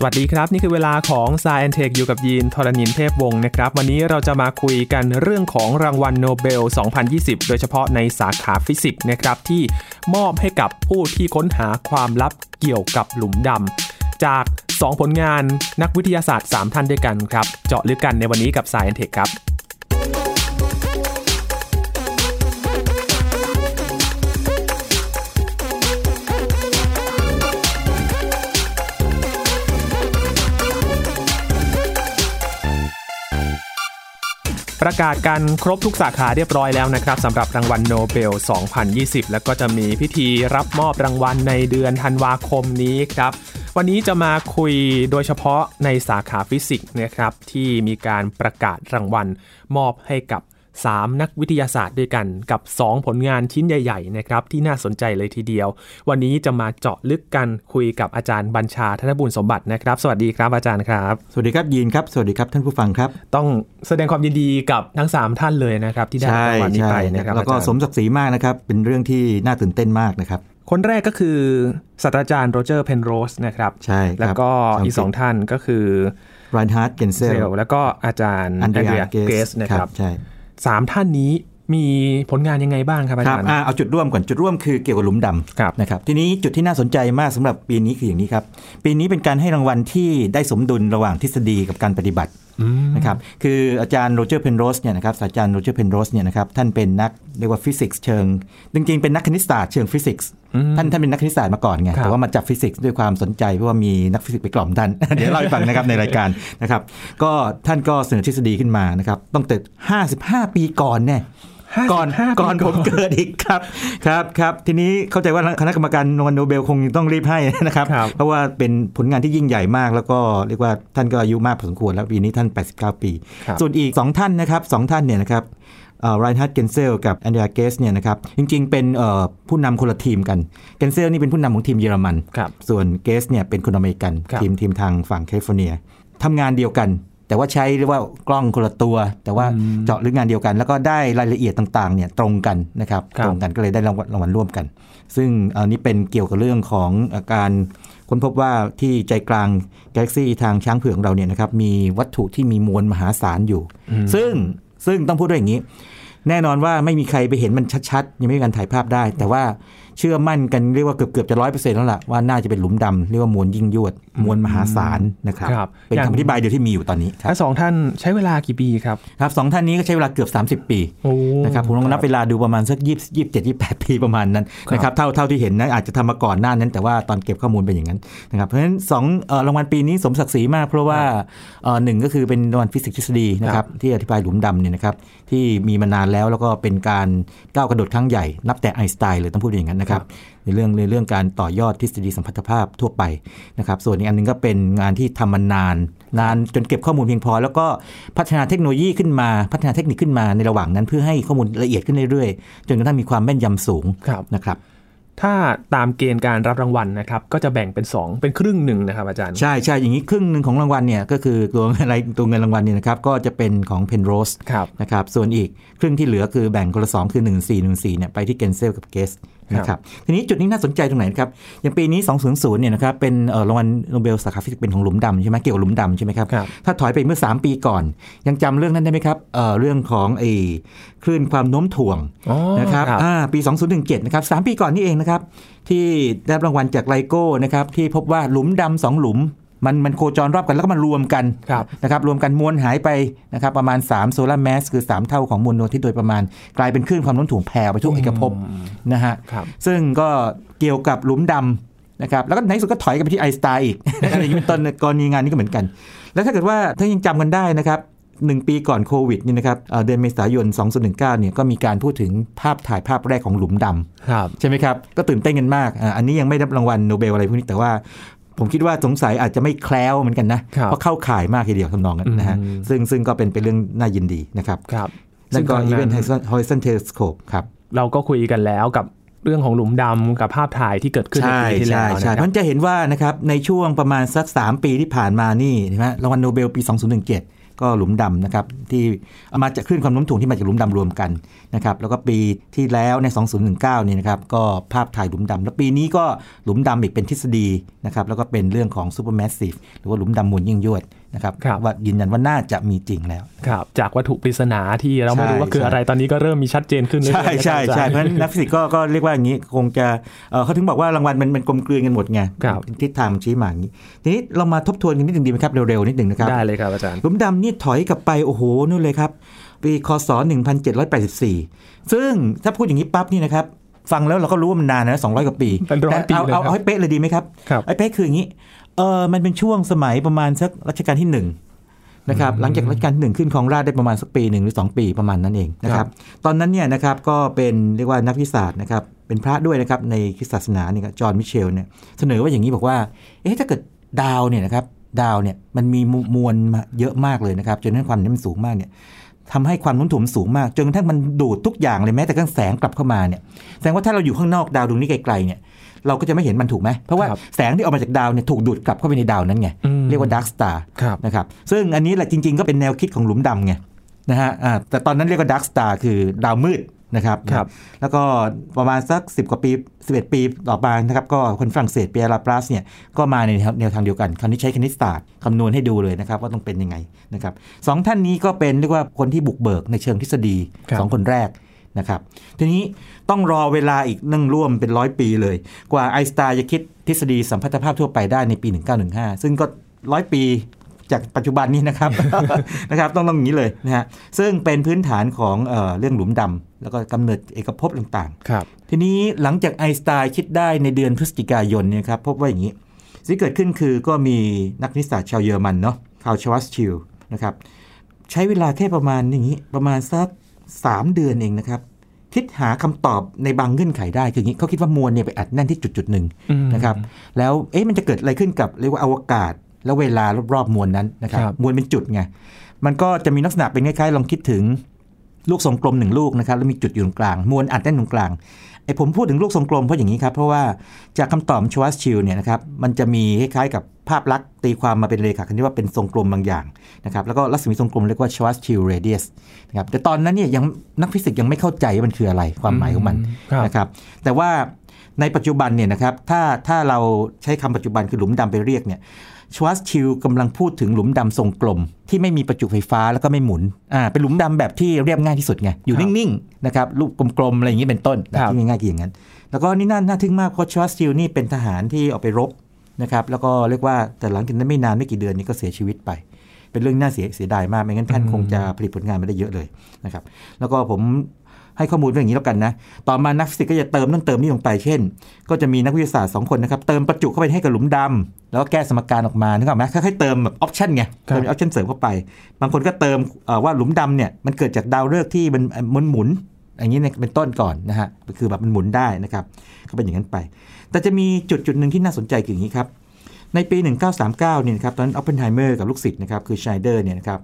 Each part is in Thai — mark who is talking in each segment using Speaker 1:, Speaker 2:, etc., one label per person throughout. Speaker 1: สวัสดีครับ นี่คือเวลาของ s ายแอนเทคอยู่กับยีนทรณินเทพวงศ์นะครับ วันนี้เราจะมาคุยกันเรื่องของรางวัลโนเบล 2020 โดยเฉพาะในสาขาฟิสิกส์นะครับ ที่มอบให้กับผู้ที่ค้นหาความลับเกี่ยวกับหลุมดำจาก 2 ผลงานนักวิทยาศาสตร์ 3 ท่านด้วยกันครับ เจาะลึกกันในวันนี้กับ s ายแอนเทคครับ ประกาศกันครบทุกสาขาเรียบร้อยแล้วนะครับสำหรับรางวัลโนเบล 2020 แล้วก็จะมีพิธีรับมอบรางวัลในเดือนธันวาคมนี้ครับ วันนี้จะมาคุยโดยเฉพาะในสาขาฟิสิกส์นะครับ ที่มีการประกาศรางวัลมอบให้กับ 3 นักวิทยาศาสตร์ด้วยกันกับ 2 ผลงานชิ้นใหญ่ๆนะครับที่น่าสนใจเลยทีเดียว วันนี้จะมาเจาะลึกกันคุยกับอาจารย์บัญชาธนบุญสมบัตินะครับ สวัสดีครับอาจารย์ครับ
Speaker 2: สวัสดีครับยีนครับ สวัสดีครับท่านผู้ฟังครับ
Speaker 1: ต้องแสดงความยินดีกับทั้ง 3 ท่านเลยนะครับ ที่ได้รางวัลนี้ไปนะครับ
Speaker 2: แล้วก็
Speaker 1: อาจารย์
Speaker 2: สมศักดิ์ศรีมากนะครับ เป็นเรื่องที่น่าตื่นเต้นมากนะครับ
Speaker 1: คนแรกก็คือศาสตราจารย์โรเจอร์เพนโรสนะครับ
Speaker 2: ใช่ครับ
Speaker 1: แล้วก็อีกสองท่านก็คือ
Speaker 2: ไรน์ฮาร์ดเกนเซ
Speaker 1: เซ
Speaker 2: ล
Speaker 1: ลแล้วก็อาจารย์
Speaker 2: อันเดีย
Speaker 1: เกรสนะครับ
Speaker 2: ใช่
Speaker 1: สามท่านนี้มีผลงานยังไงบ้างครับอา
Speaker 2: ครับ
Speaker 1: จารย์
Speaker 2: อ่าเอาจุดร่วมก่อนจุดร่วมคือเกี่ยวกับหลุมด
Speaker 1: ครับ
Speaker 2: ำนะครับทีนี้จุดที่น่าสนใจมากสำหรับปีนี้คืออย่างนี้ครับ ปีนี้เป็นการให้รางวัลที่ได้สมดุลระหว่างทฤษฎีกับการปฏิบัติ
Speaker 1: อืม
Speaker 2: นะครับคืออาจารย์โรเจอร์เพนโรสเนี่ยนะครับศาสตราจารย์โรเจอร์เพนโรสเนี่ยนะครับท่านเป็นนักเรียกว่าฟิสิกส์เชิง จริงๆ เป็นนักคณิตศาสตร์เชิงฟิสิกส์ท่านท่านเป็นนักคณิตศาสตร์มาก่อน
Speaker 1: ค
Speaker 2: ไง
Speaker 1: รับ
Speaker 2: แต่ว่ามาจับฟิสิกส์ด้วยความสนใจเพราะว่ามีนักฟิสิกส์ไปกล่อมท่าน เดี๋ยวเล่าให้ฟังนะครับในรายการนะครับก็ท่านก็เสนอทฤษฎีขึ้นมานะครับต้องแต่55 ปีก่อนเนี่ย
Speaker 1: 55
Speaker 2: ก่อน
Speaker 1: ปี
Speaker 2: ก่อนผมเกิดอีกครับ ครับครับทีนี้เข้าใจว่าคณะกรรมการรางวัลโนเบลคงต้องรีบให้ นะครับ
Speaker 1: ครับ
Speaker 2: เพราะว่าเป็นผลงานที่ยิ่งใหญ่มากแล้วก็เรียกว่าท่านก็อายุมากพอสมควรแล้วปีนี้ท่าน 89 ปี
Speaker 1: ครับ
Speaker 2: ส่วนอีก 2 ท่านนะครับสองท่านเนี่ยนะครับไรน์ฮัตเกนเซลกับแอนเดรียเกสเนี่ยนะครับจริงๆเป็นเอ่อผู้นำคนละทีมกันเกนเซลนี่เป็นผู้นำของทีมเยอรมัน
Speaker 1: ครับ
Speaker 2: ส่วนเกสเนี่ยเป็นคนอเมริกัน
Speaker 1: ครับ
Speaker 2: ทีมทีมทางฝั่งแคลิฟอร์เนียทำงานเดียวกัน แต่ว่าใช้เรียกว่ากล้องคนละตัว แต่ว่าเจาะลึกงานเดียวกัน แล้วก็ได้รายละเอียดต่างๆเนี่ยตรงกันนะครับ
Speaker 1: ครับ
Speaker 2: ตรงกันก็เลยได้รางวัลรางวัลร่วมกัน ซึ่งอันนี้เป็นเกี่ยวกับเรื่องของอาการค้นพบว่าที่ใจกลางกาแล็กซีทางช้างเผือกของเราเนี่ยนะครับมีวัตถุที่มีมวลมหาศาลอยู่ ซึ่งซึ่งต้องพูดด้วยอย่างนี้ แน่นอนว่าไม่มีใครไปเห็นมันชัดๆ ยังไม่มีการถ่ายภาพได้ แต่ว่าเชื่อมั่นกันเรียกว่าเกือบเกือบๆจะร้อยเปอร์เซ็นต์แล้วล่ะว่าน่าจะเป็นหลุมดำเรียกว่ามวลยิ่งยวด มวลมหาศาลนะครับ
Speaker 1: ครับ
Speaker 2: เป็น
Speaker 1: อย่าง
Speaker 2: คำอธิบายเดียวที่มีอยู่ตอนนี้ครับ
Speaker 1: ทั้งสองท่านใช้เวลากี่ปีครับ
Speaker 2: ครับสองท่านนี้ก็ใช้เวลาเกือบ 30 ปี
Speaker 1: โอ้
Speaker 2: นะครับผมลองนับเวลาดูประมาณสักยี่สิบเจ็ดยี่แปดปีประมาณนั้น
Speaker 1: ครับ
Speaker 2: นะครับเท่าเท่าที่เห็นนะอาจจะทำมาก่อนหน้านั้น แต่ว่าตอนเก็บข้อมูลเป็นอย่างนั้นนะครับเพราะฉะนั้นสองเอ่อรางวัลปีนี้สมศักดิ์ศรีมาก เพราะว่าเอ่อหนึ่งก็คือเป็นรางวัลฟิสิกส์ทฤษฎีนะค
Speaker 1: ครั
Speaker 2: รั
Speaker 1: บบ
Speaker 2: ที่อธิบายหลุมดำเนี่ยนะครับที่มีมานานแล้วแล้วก็เป็นการก้าวกระโดดครั้งใหญ่ นับแต่ไอน์สไตน์เลยต้องพูดอย่างนั้นนะครับในเรื่องในเรื่องการต่อยอดทฤษฎีสัมพัทธภาพทั่วไปนะครับส่วนอีกอันหนึงก็เป็นงานที่ทำมานาน นานจนเก็บข้อมูลเพียงพอ แล้วก็พัฒนาเทคโนโลยีขึ้นมาพัฒนาเทคนิคขึ้นมาในระหว่างนั้น เพื่อให้ข้อมูลละเอียดขึ้นเรื่อยๆ จนกระทั่งมีความแม่นยำสูง
Speaker 1: ครับ
Speaker 2: นะครับ
Speaker 1: ถ้าตามเกณฑ์การรับรางวัลนะครับก็จะแบ่งเป็นสองเป็นครึ่งหนึ่งนะครับอาจารย์
Speaker 2: ใช่ใช่อย่างนี้ครึ่งหนึ่งของรางวัลเนี่ยก็คือตัวอะไรตัวเงินรางวัลเนี่ยนะครับก็จะเป็นของเพนโรส
Speaker 1: ครับ
Speaker 2: นะครับส่วนอีกครึ่งที่เหลือคือแบ่งคนละสองคือ 1 4 1 4เนี่ยไปที่เกนเซลกับเกสนะครับทีนี้จุดนี้น่าสนใจตรงไหนนะครับ อย่างปีนี้ 200เนี่ยนะครับเป็นเอ่อรางวัลโนเบลสาขาฟิสิกส์เป็นของหลุมดำใช่ไหมเกี่ยวกับหลุมดำใช่ไหมครับ
Speaker 1: ครับ
Speaker 2: ถ้าถอยไปเมื่อ 3 ปีก่อน ยังจำเรื่องนั้นได้ไหมครับเอ่อเรื่องของไอ้คลื่นความโน้มถ่วง
Speaker 1: อ๋อ
Speaker 2: นะครับอ่าปี 2017 นะครับสามปีก่อนนี่เองนะครับ ที่ได้รับรางวัลจากไลโก้นะครับ ที่พบว่าหลุมดำสองหลุม มันมันโคจรรอบกันแล้วก็มันรวมกัน
Speaker 1: ครับ
Speaker 2: นะครับ รวมกันมวลหายไปนะครับ ประมาณ 3 โซลาร์แมสคือ 3 เท่าของมวลดวงอาที่โดยประมาณ กลายเป็นคลื่นความโน้มถ่วงแผ่ไปทั่วเอกภพนะฮะ
Speaker 1: ครับ
Speaker 2: ซึ่งก็เกี่ยวกับหลุมดำนะครับ แล้วก็ในที่สุดก็ถอยกันไปที่ไอน์สไตน์อีก อะไรอย่างนี้เป็นต้นกรณีงานนี้ก็เหมือนกัน แล้วถ้าเกิดว่าถ้ายังจำกันได้นะครับหนึ่งปีก่อนโควิดนี่นะครับเอ่อเดือนเมษายน 2019เนี่ยก็มีการพูดถึงภาพถ่ายภาพแรกของหลุมดำ
Speaker 1: ครับ
Speaker 2: ใช่ไหมครับ ก็ตื่นเต้นกันมากอ่าอันนี้ยังไม่ได้รับรางวัลโนเบลอะไรพวกนี้แต่ว่า ผมคิดว่าสงสัยอาจจะไม่แคล้วเหมือนกันนะครับ เพราะเข้าข่ายมากทีเดียวทำนองนั้นนะฮะ
Speaker 1: อืม
Speaker 2: ซึ่งซึ่งก็เป็นเป็นเรื่องน่ายินดีนะครับ
Speaker 1: ครับ
Speaker 2: นั่นก็
Speaker 1: ซึ่งต
Speaker 2: Event
Speaker 1: นั้น
Speaker 2: Horizon Telescope ครับ
Speaker 1: เราก็คุยกันแล้วกับเรื่องของหลุมดำกับภาพถ่ายที่เกิดขึ้นใน
Speaker 2: ใช่
Speaker 1: ปีที่แล้
Speaker 2: ใช่
Speaker 1: ว
Speaker 2: ใช่
Speaker 1: นะค
Speaker 2: เพ
Speaker 1: รับ
Speaker 2: ราะจะเห็นว่านะครับในช่วงประมาณสัก 3 ปีที่ผ่านมานี่เห็นไหมรางวัลโนเบลปี 2017 ก็หลุมดำนะครับที่เอามาจากคลื่นความโน้มถ่วงที่มาจากหลุมดำรวมกันนะครับแล้วก็ปีที่แล้วใน 2019เนี่ยนะครับก็ภาพถ่ายหลุมดำแล้วปีนี้ก็หลุมดำอีกเป็นทฤษฎีนะครับแล้วก็เป็นเรื่องของ supermassive หรือว่าหลุมดำมวลยิ่งยวดนะครับ
Speaker 1: ครับ
Speaker 2: ว่ายืนยันว่าน่าจะมีจริงแล้ว
Speaker 1: ครับจากวัตถุปริศนาที่เราไม่
Speaker 2: ใช่
Speaker 1: รู้ว่าคือ
Speaker 2: ใช่
Speaker 1: อะไรตอนนี้ก็เริ่มมีชัดเจนขึ้นเรื่อย
Speaker 2: ใช่
Speaker 1: ๆ
Speaker 2: ใช่
Speaker 1: อาจารย์
Speaker 2: ใช่เพราะฉะนั้นนักฟิสิกส์ก็ก็เรียกว่าอย่างนี้คงจะเอ่อเขาถึงบอกว่ารางวัลมันมันกลมกลืนกันหมดไง
Speaker 1: ครับ
Speaker 2: ทิศทางมันชี้มาอย่างนี้ทีนี้เรามาทบทวนกันนิดหนึ่งดีไหมครับเร็วๆนิดหนึ่งนะครับ
Speaker 1: ได้เลยครับอาจารย์
Speaker 2: หลุมดำนี่ถอยกลับไป โอ้โหนู่นเลยครับ ปีคศ 1784 ซึ่งถ้าพูดอย่างนี้ปั๊บนี่นะครับ ฟังแล้วเราก็รู้ว่ามันนานนะ200 กว่าปี
Speaker 1: เป็นร้อยปี
Speaker 2: แต่เอา
Speaker 1: เลยครับ
Speaker 2: เอาเอาให้เป๊ะเลยดีไหมครับ
Speaker 1: ครับ
Speaker 2: ไอ้เป๊ะคืออย่างนี้เออมันเป็นช่วงสมัยประมาณสักรัชกาลที่หนึ่งนะครับหลังจากรัชกาลที่หนึ่งขึ้นครองราชย์ได้ประมาณสักปีหนึ่งหรือ 2 ปีประมาณนั้นเองนะครับตอนนั้นเนี่ยนะครับก็เป็นเรียกว่านักวิทยาศาสตร์นะครับเป็นพระด้วยนะครับในคริสตศาสนาเนี่ยครับจอห์นมิเชลเนี่ยเสนอว่าอย่างนี้บอกว่า เอ๊ะถ้าเกิดดาวเนี่ยนะครับดาวเนี่ยมันมีมวลมาเยอะมากเลยนะครับจนกระทั่งความนี้มันสูงมากเนี่ยทำให้ความโนุ่มถ่วงมันสูงมากจนกระทั่งมันดูดทุกอย่างเลยแม้แต่กระทั่งแสงกลับเข้ามาเนี่ยแสดงว่าถ้าเราอยู่ข้างนอกดาวดวงนี้ไกลๆเนี่ยเราก็จะไม่เห็นมันถูกไหมเพราะว่า
Speaker 1: ครับ
Speaker 2: แสงที่ออกมาจากดาวเนี่ยถูกดูดกลับเข้าไปในดาวนั้นไง
Speaker 1: อืม
Speaker 2: เรียกว่าดาร์กสตาร์
Speaker 1: ครับ
Speaker 2: นะครับซึ่งอันนี้แหละจริงๆ ก็เป็นแนวคิดของหลุมดำไงนะฮะอ่าแต่ตอนนั้นเรียกว่าดาร์กสตาร์คือดาวมืดนะครับ
Speaker 1: ครับ
Speaker 2: แล้วก็ประมาณสัก 10 กว่าปี 11 ปีต่อมานะครับก็คนฝรั่งเศสเปียร์ลาปลัสเนี่ยก็มาในแนวแนวทางเดียวกันคราวนี้ใช้คณิตศาสตร์คำนวณให้ดูเลยนะครับว่าต้องเป็นยังไงนะครับสองท่านนี้ก็เป็นเรียกว่าคนที่บุกเบิกในเชิงทฤษฎี
Speaker 1: ครับ
Speaker 2: 2 คนแรกนะครับทีนี้ต้องรอเวลาอีกนั่งร่วมเป็นร้อยปีเลย กว่าไอน์สไตน์จะคิดทฤษฎีสัมพัทธภาพทั่วไปได้ในปี 1915 ซึ่งก็ร้อยปีจากปัจจุบันนี้นะครับ นะครับต้องต้องอย่างนี้เลยนะฮะซึ่งเป็นพื้นฐานของเออเรื่องหลุมดำแล้วก็กำเนิดเอกภพต่าง
Speaker 1: ครับ
Speaker 2: ๆ ทีนี้หลังจากไอน์สไตน์คิดได้ในเดือนพฤศจิกายนเนี่ยครับพบว่าอย่างนี้ สิ่งที่เกิดขึ้นคือก็มีนักนิสสาสตร์ชาวเยอรมันเนาะคาร์ลชวัสชิลนะครับ ใช้เวลาแค่ประมาณอย่างนี้ประมาณสัก 3 เดือนเองนะครับ คิดหาคำตอบในบางเงื่อนไขได้คืออย่างนี้เขาคิดว่ามวลเนี่ยไปอัดแน่นที่จุดจุดๆหนึ่ง
Speaker 1: อืม
Speaker 2: นะครับแล้วเอ๊ะมันจะเกิดอะไรขึ้นกับเรียกว่าอวกาศ แล้วเวลารอบๆมวลนั้นนะครับ
Speaker 1: ครับ
Speaker 2: มวลเป็นจุดไงมันก็จะมีลักษณะเป็นคล้ายๆลองคิดถึงลูกทรงกลมหนึ่งลูกนะครับแล้วมีจุดอยู่ตรงกลาง มวลอัดแน่นตรงกลางไอ้ผมพูดถึงลูกทรงกลมเพราะอย่างนี้ครับเพราะว่าจากคำตอบชวัสชิลเนี่ยนะครับมันจะมีคล้ายๆกับภาพลักษณ์ตีความมาเป็นเลขาคณิตว่าเป็นทรงกลมบางอย่าง นะครับแล้วก็รัศมีทรงกลมเรียกว่าชวัสชิลเรเดียสนะครับแต่ตอนนั้นเนี่ยยังนักฟิสิกส์ยังไม่เข้าใจว่ามันคืออะไรความหมายของมัน
Speaker 1: ครับ
Speaker 2: นะครับแต่ว่าในปัจจุบันเนี่ยนะครับถ้าถ้าเราใช้คำปัจจุบันคือหลุมดำไปเรียกเนี่ยชวัสชิลกำลังพูดถึงหลุมดำทรงกลม ที่ไม่มีประจุไฟฟ้าแล้วก็ไม่หมุนอ่าเป็นหลุมดำแบบที่เรียบง่ายที่สุดไงอ
Speaker 1: ค
Speaker 2: ยู่
Speaker 1: รับ
Speaker 2: นิ่งๆนะครับลูกกลมๆอะไรอย่างนี้เป็นต้น
Speaker 1: ครับ
Speaker 2: ที่ง่ายๆคืออย่างนั้น แล้วก็นี่น่าน่าทึ่งมากเพราะชวัสติลนี่เป็นทหารที่ออกไปรบนะครับ แล้วก็เรียกว่าแต่หลังจากนั้นไม่นานไม่กี่เดือนนี้ก็เสียชีวิตไป เป็นเรื่องน่าเสียเสียดายมาก ไม่งั้นท่าน
Speaker 1: อืม
Speaker 2: คงจะผลิตผลงานไม่ได้เยอะเลยนะครับ แล้วก็ผมให้ข้อมูลเรื่องอย่างนี้แล้วกันนะ ต่อมานักฟิสิกส์ก็จะเติมนั่นเติมนี่ลงไป เช่น ก็จะมีนักวิทยาศาสตร์สองคนนะครับ เติมประจุเข้าไปให้กับหลุมดำแล้วก็แก้สมการออกมานึกออกไหมค่อยๆเติมแบบออปชันไง เติมออปชันเสริมเข้าไป บางคนก็เติมเอ่อว่าหลุมดำเนี่ยมันเกิดจากดาวฤกษ์ที่มันมันหมุน อย่างนี้เนี่ยเป็นต้นก่อนนะฮะคือแบบมันหมุนได้นะครับก็เป็นอย่างนั้นไป แต่จะมีจุดจุดหนึ่งที่น่าสนใจคืออย่างนี้ครับ ในปี 1939เนี่ยนะครับตอนนั้นอ p ปเพนไฮเมอร์กับลูกศิษย์นะครับคือไชเดอร์เนี่ยนะครับ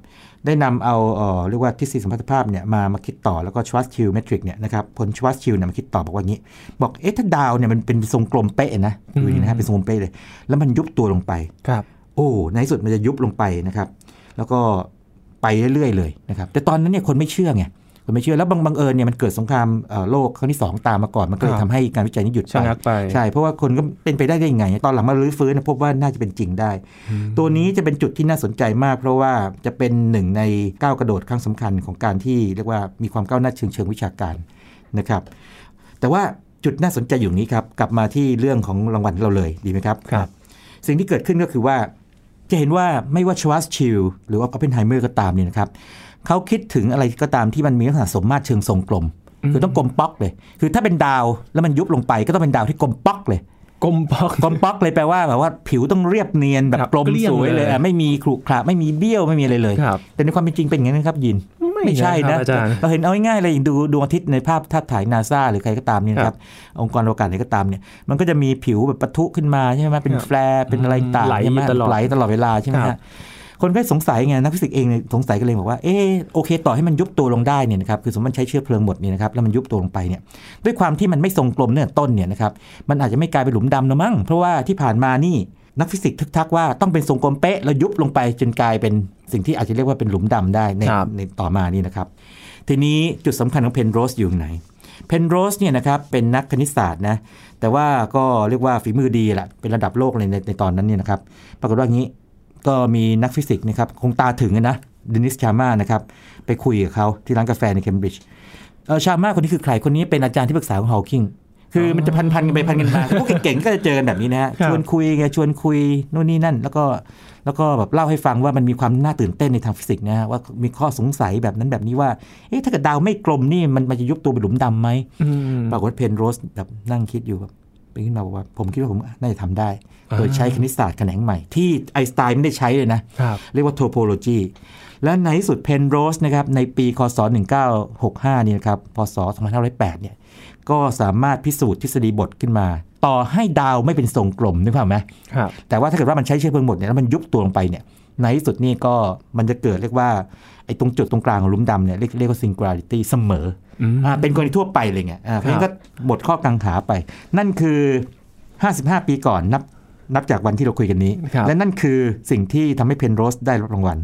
Speaker 2: ได้นำเอาเอ่อเรียกว่าทฤษฎีสัมพัทธภาพเนี่ยมามาคิดต่อแล้วก็ชวัสชิลเมทริกเนี่ยนะครับผลชวัสชิลเนี่ยมาคิดต่อบอกว่าอย่างนี้ บอกเอ๊ะถ้าดาวเนี่ยมันเป็นทรงกลมเป๊ะนะดูดีนะฮะเป็นทรงกลมเป๊ะเลย แล้วมันยุบตัวลงไป
Speaker 1: ครับ
Speaker 2: โอ้ในที่สุดมันจะยุบลงไปนะครับ แล้วก็ไปเรื่อยๆเลยนะครับ แต่ตอนนั้นเนี่ยคนไม่เชื่อไงคนไม่เชื่อแล้วบังบังเอิญเนี่ยมันเกิดสงครามเอ่อโลกครั้งที่ 2 ตามมาก่อน มันก็
Speaker 1: ค
Speaker 2: เลย
Speaker 1: รับ
Speaker 2: ทำให้การวิจัยนี้หยุด
Speaker 1: ชะ
Speaker 2: ไป
Speaker 1: งักไป
Speaker 2: ใช่ เพราะว่าคนก็เป็นไปได้ได้ยังไง ตอนหลังมารื้อฟื้นนะพบว่าน่าจะเป็นจริงได้
Speaker 1: อืม
Speaker 2: ตัวนี้จะเป็นจุดที่น่าสนใจมาก เพราะว่าจะเป็นหนึ่งในก้าวกระโดดครั้งสำคัญของการที่เรียกว่ามีความก้าวหน้าเชิงเชิงวิชาการนะครับ แต่ว่าจุดน่าสนใจอยู่นี้ครับ กลับมาที่เรื่องของรางวัลเราเลยดีไหมครับ
Speaker 1: ครับ
Speaker 2: สิ่งที่เกิดขึ้นก็คือว่า จะเห็นว่าไม่ว่าชวัสชิลหรือว่าอ p ปเพนไฮเมอร์ก็ตามเนี่ยนะครับเขาคิดถึงอะไรก็ตามที่มันมีลักษณะสมมาตรเชิงทรงกลม คือต้องกลมป๊อกเลย คือถ้าเป็นดาวแล้วมันยุบลงไปก็ต้องเป็นดาวที่กลมป๊อกเลย
Speaker 1: กลมปอก
Speaker 2: กลมป๊อกเลยแปลว่าแบบว่าผิวต้องเรียบเนียนแบบ
Speaker 1: ครับ
Speaker 2: กลม
Speaker 1: เกลี้ยง
Speaker 2: สวย
Speaker 1: เล
Speaker 2: เลยยอ่ะไม่มีขรุขระไม่มีเบี้ยวไม่มีอะไรเลย
Speaker 1: ครับ
Speaker 2: แต่ในความเป็นจริงเป็นอย่างนั้นนะครับยิน
Speaker 1: ไม่นะครับอาจารย์
Speaker 2: เราเห็นเอาง่ายๆเลยอย่างดูดวงอาทิตย์ในภาพภาพถ่ายนาซาหรือใครก็ตามเนี่ยนะครับองค์กรอวกาศไหนก็ตามเนี่ยมันก็จะมีผิวแบบปะทุขึ้นมาใช่ไหมเป็
Speaker 1: ค
Speaker 2: น
Speaker 1: รับ
Speaker 2: แฟลร์เป็นอะไรต่าง
Speaker 1: ไหล
Speaker 2: ใช่ไหม
Speaker 1: ตลอด
Speaker 2: ไหลตลอดเวลาใช่ไหม
Speaker 1: ครั
Speaker 2: ฮะ
Speaker 1: บ
Speaker 2: คนก็สงสัยไงนักฟิสิกส์เองเนี่ยสงสัยกันเลยบอกว่าเออโอเค ต่อให้มันยุบตัวลงได้เนี่ยนะครับคือสมมติมันใช้เชื้อเพลิงหมดเนี่ยนะครับแล้วมันยุบตัวลงไปเนี่ย ด้วยความที่มันไม่ทรงกลมเนี่ยต้นเนี่ยนะครับ มันอาจจะไม่กลายเป็นหลุมดำนะมั้ง เพราะว่าที่ผ่านมานี่ นักฟิสิกส์ทึกทักว่าต้องเป็นทรงกลมเป๊ะแล้วยุบลงไปจนกลายเป็นสิ่งที่อาจจะเรียกว่าเป็นหลุมดำได้ใน
Speaker 1: ครับ
Speaker 2: ในต่อมานี่นะครับ ทีนี้จุดสำคัญของเพนโรสอยู่ไหน เพนโรสเนี่ยนะครับเป็นนักคณิตศาสตร์นะแต่ว่าก็เรียกว่าฝีมือดีแหละเป็นระดับโลกเลยในในตอนนั้นเนี่ยนะครับ ปรากฏว่างี้ก็มีนักฟิสิกส์นะครับคงตาถึงอะนะเดนิสชาม่านะครับไปคุยกับเขาที่ร้านกาแฟในเคมบริดจ์เอ่อชาม่าคนนี้คือใครคนนี้เป็นอาจารย์ที่ปรึกษาของฮอว์กิงคือมันจะพันพันๆกันไปพันกันมาพวกเก่งๆก็จะเจอกันแบบนี้นะฮะ
Speaker 1: ครับ
Speaker 2: ชวนคุยไงชวนคุยนู่นนี่นั่น แล้วก็แล้วก็แบบเล่าให้ฟังว่ามันมีความน่าตื่นเต้นในทางฟิสิกส์นะฮะว่ามีข้อสงสัยแบบนั้นแบบนี้ว่าเอ๊ะถ้าเกิดดาวไม่กลมนี่มันมันจะยุบตัวเป็นหลุมดำไหม
Speaker 1: อืม
Speaker 2: ปรากฏว่าเพนโรสแบบนั่งคิดอยู่แบบไปขึ้นมาบอกว่า ผมคิดว่าผมน่าจะทำได้
Speaker 1: อ่า
Speaker 2: โดยใช้คณิตศาสตร์แขนงใหม่ ที่ไอน์สไตน์ไม่ได้ใช้เลยนะ
Speaker 1: ครับ
Speaker 2: เรียกว่าโทโพโลจีและในที่สุดเพนโรสนะครับในปีคศ 1965นี่นะครับพศ 2508เนี่ยก็สามารถพิสูจน์ทฤษฎีบทขึ้นมา ต่อให้ดาวไม่เป็นทรงกลมนึกภาพไหม
Speaker 1: ครับ
Speaker 2: แต่ว่าถ้าเกิดว่ามันใช้เชื้อเพลิงหมดเนี่ยแล้วมันยุบตัวลงไปเนี่ยในที่สุดนี่ก็มันจะเกิดเรียกว่าไอ้ตรงจุดตรงกลางของหลุมดำเนี่ยเรียกเรียกว่า singularity เสมออ
Speaker 1: ม
Speaker 2: อ่าเป็นกรณีทั่วไปเลยไงอ่าเพราะฉะนั้นก็บทข้อกังขาไป นั่นคือ 55 ปีก่อนนับนับจากวันที่เราคุยกันนี้
Speaker 1: ครับ
Speaker 2: และนั่นคือสิ่งที่ทำให้เพนโรสได้รับรางวัล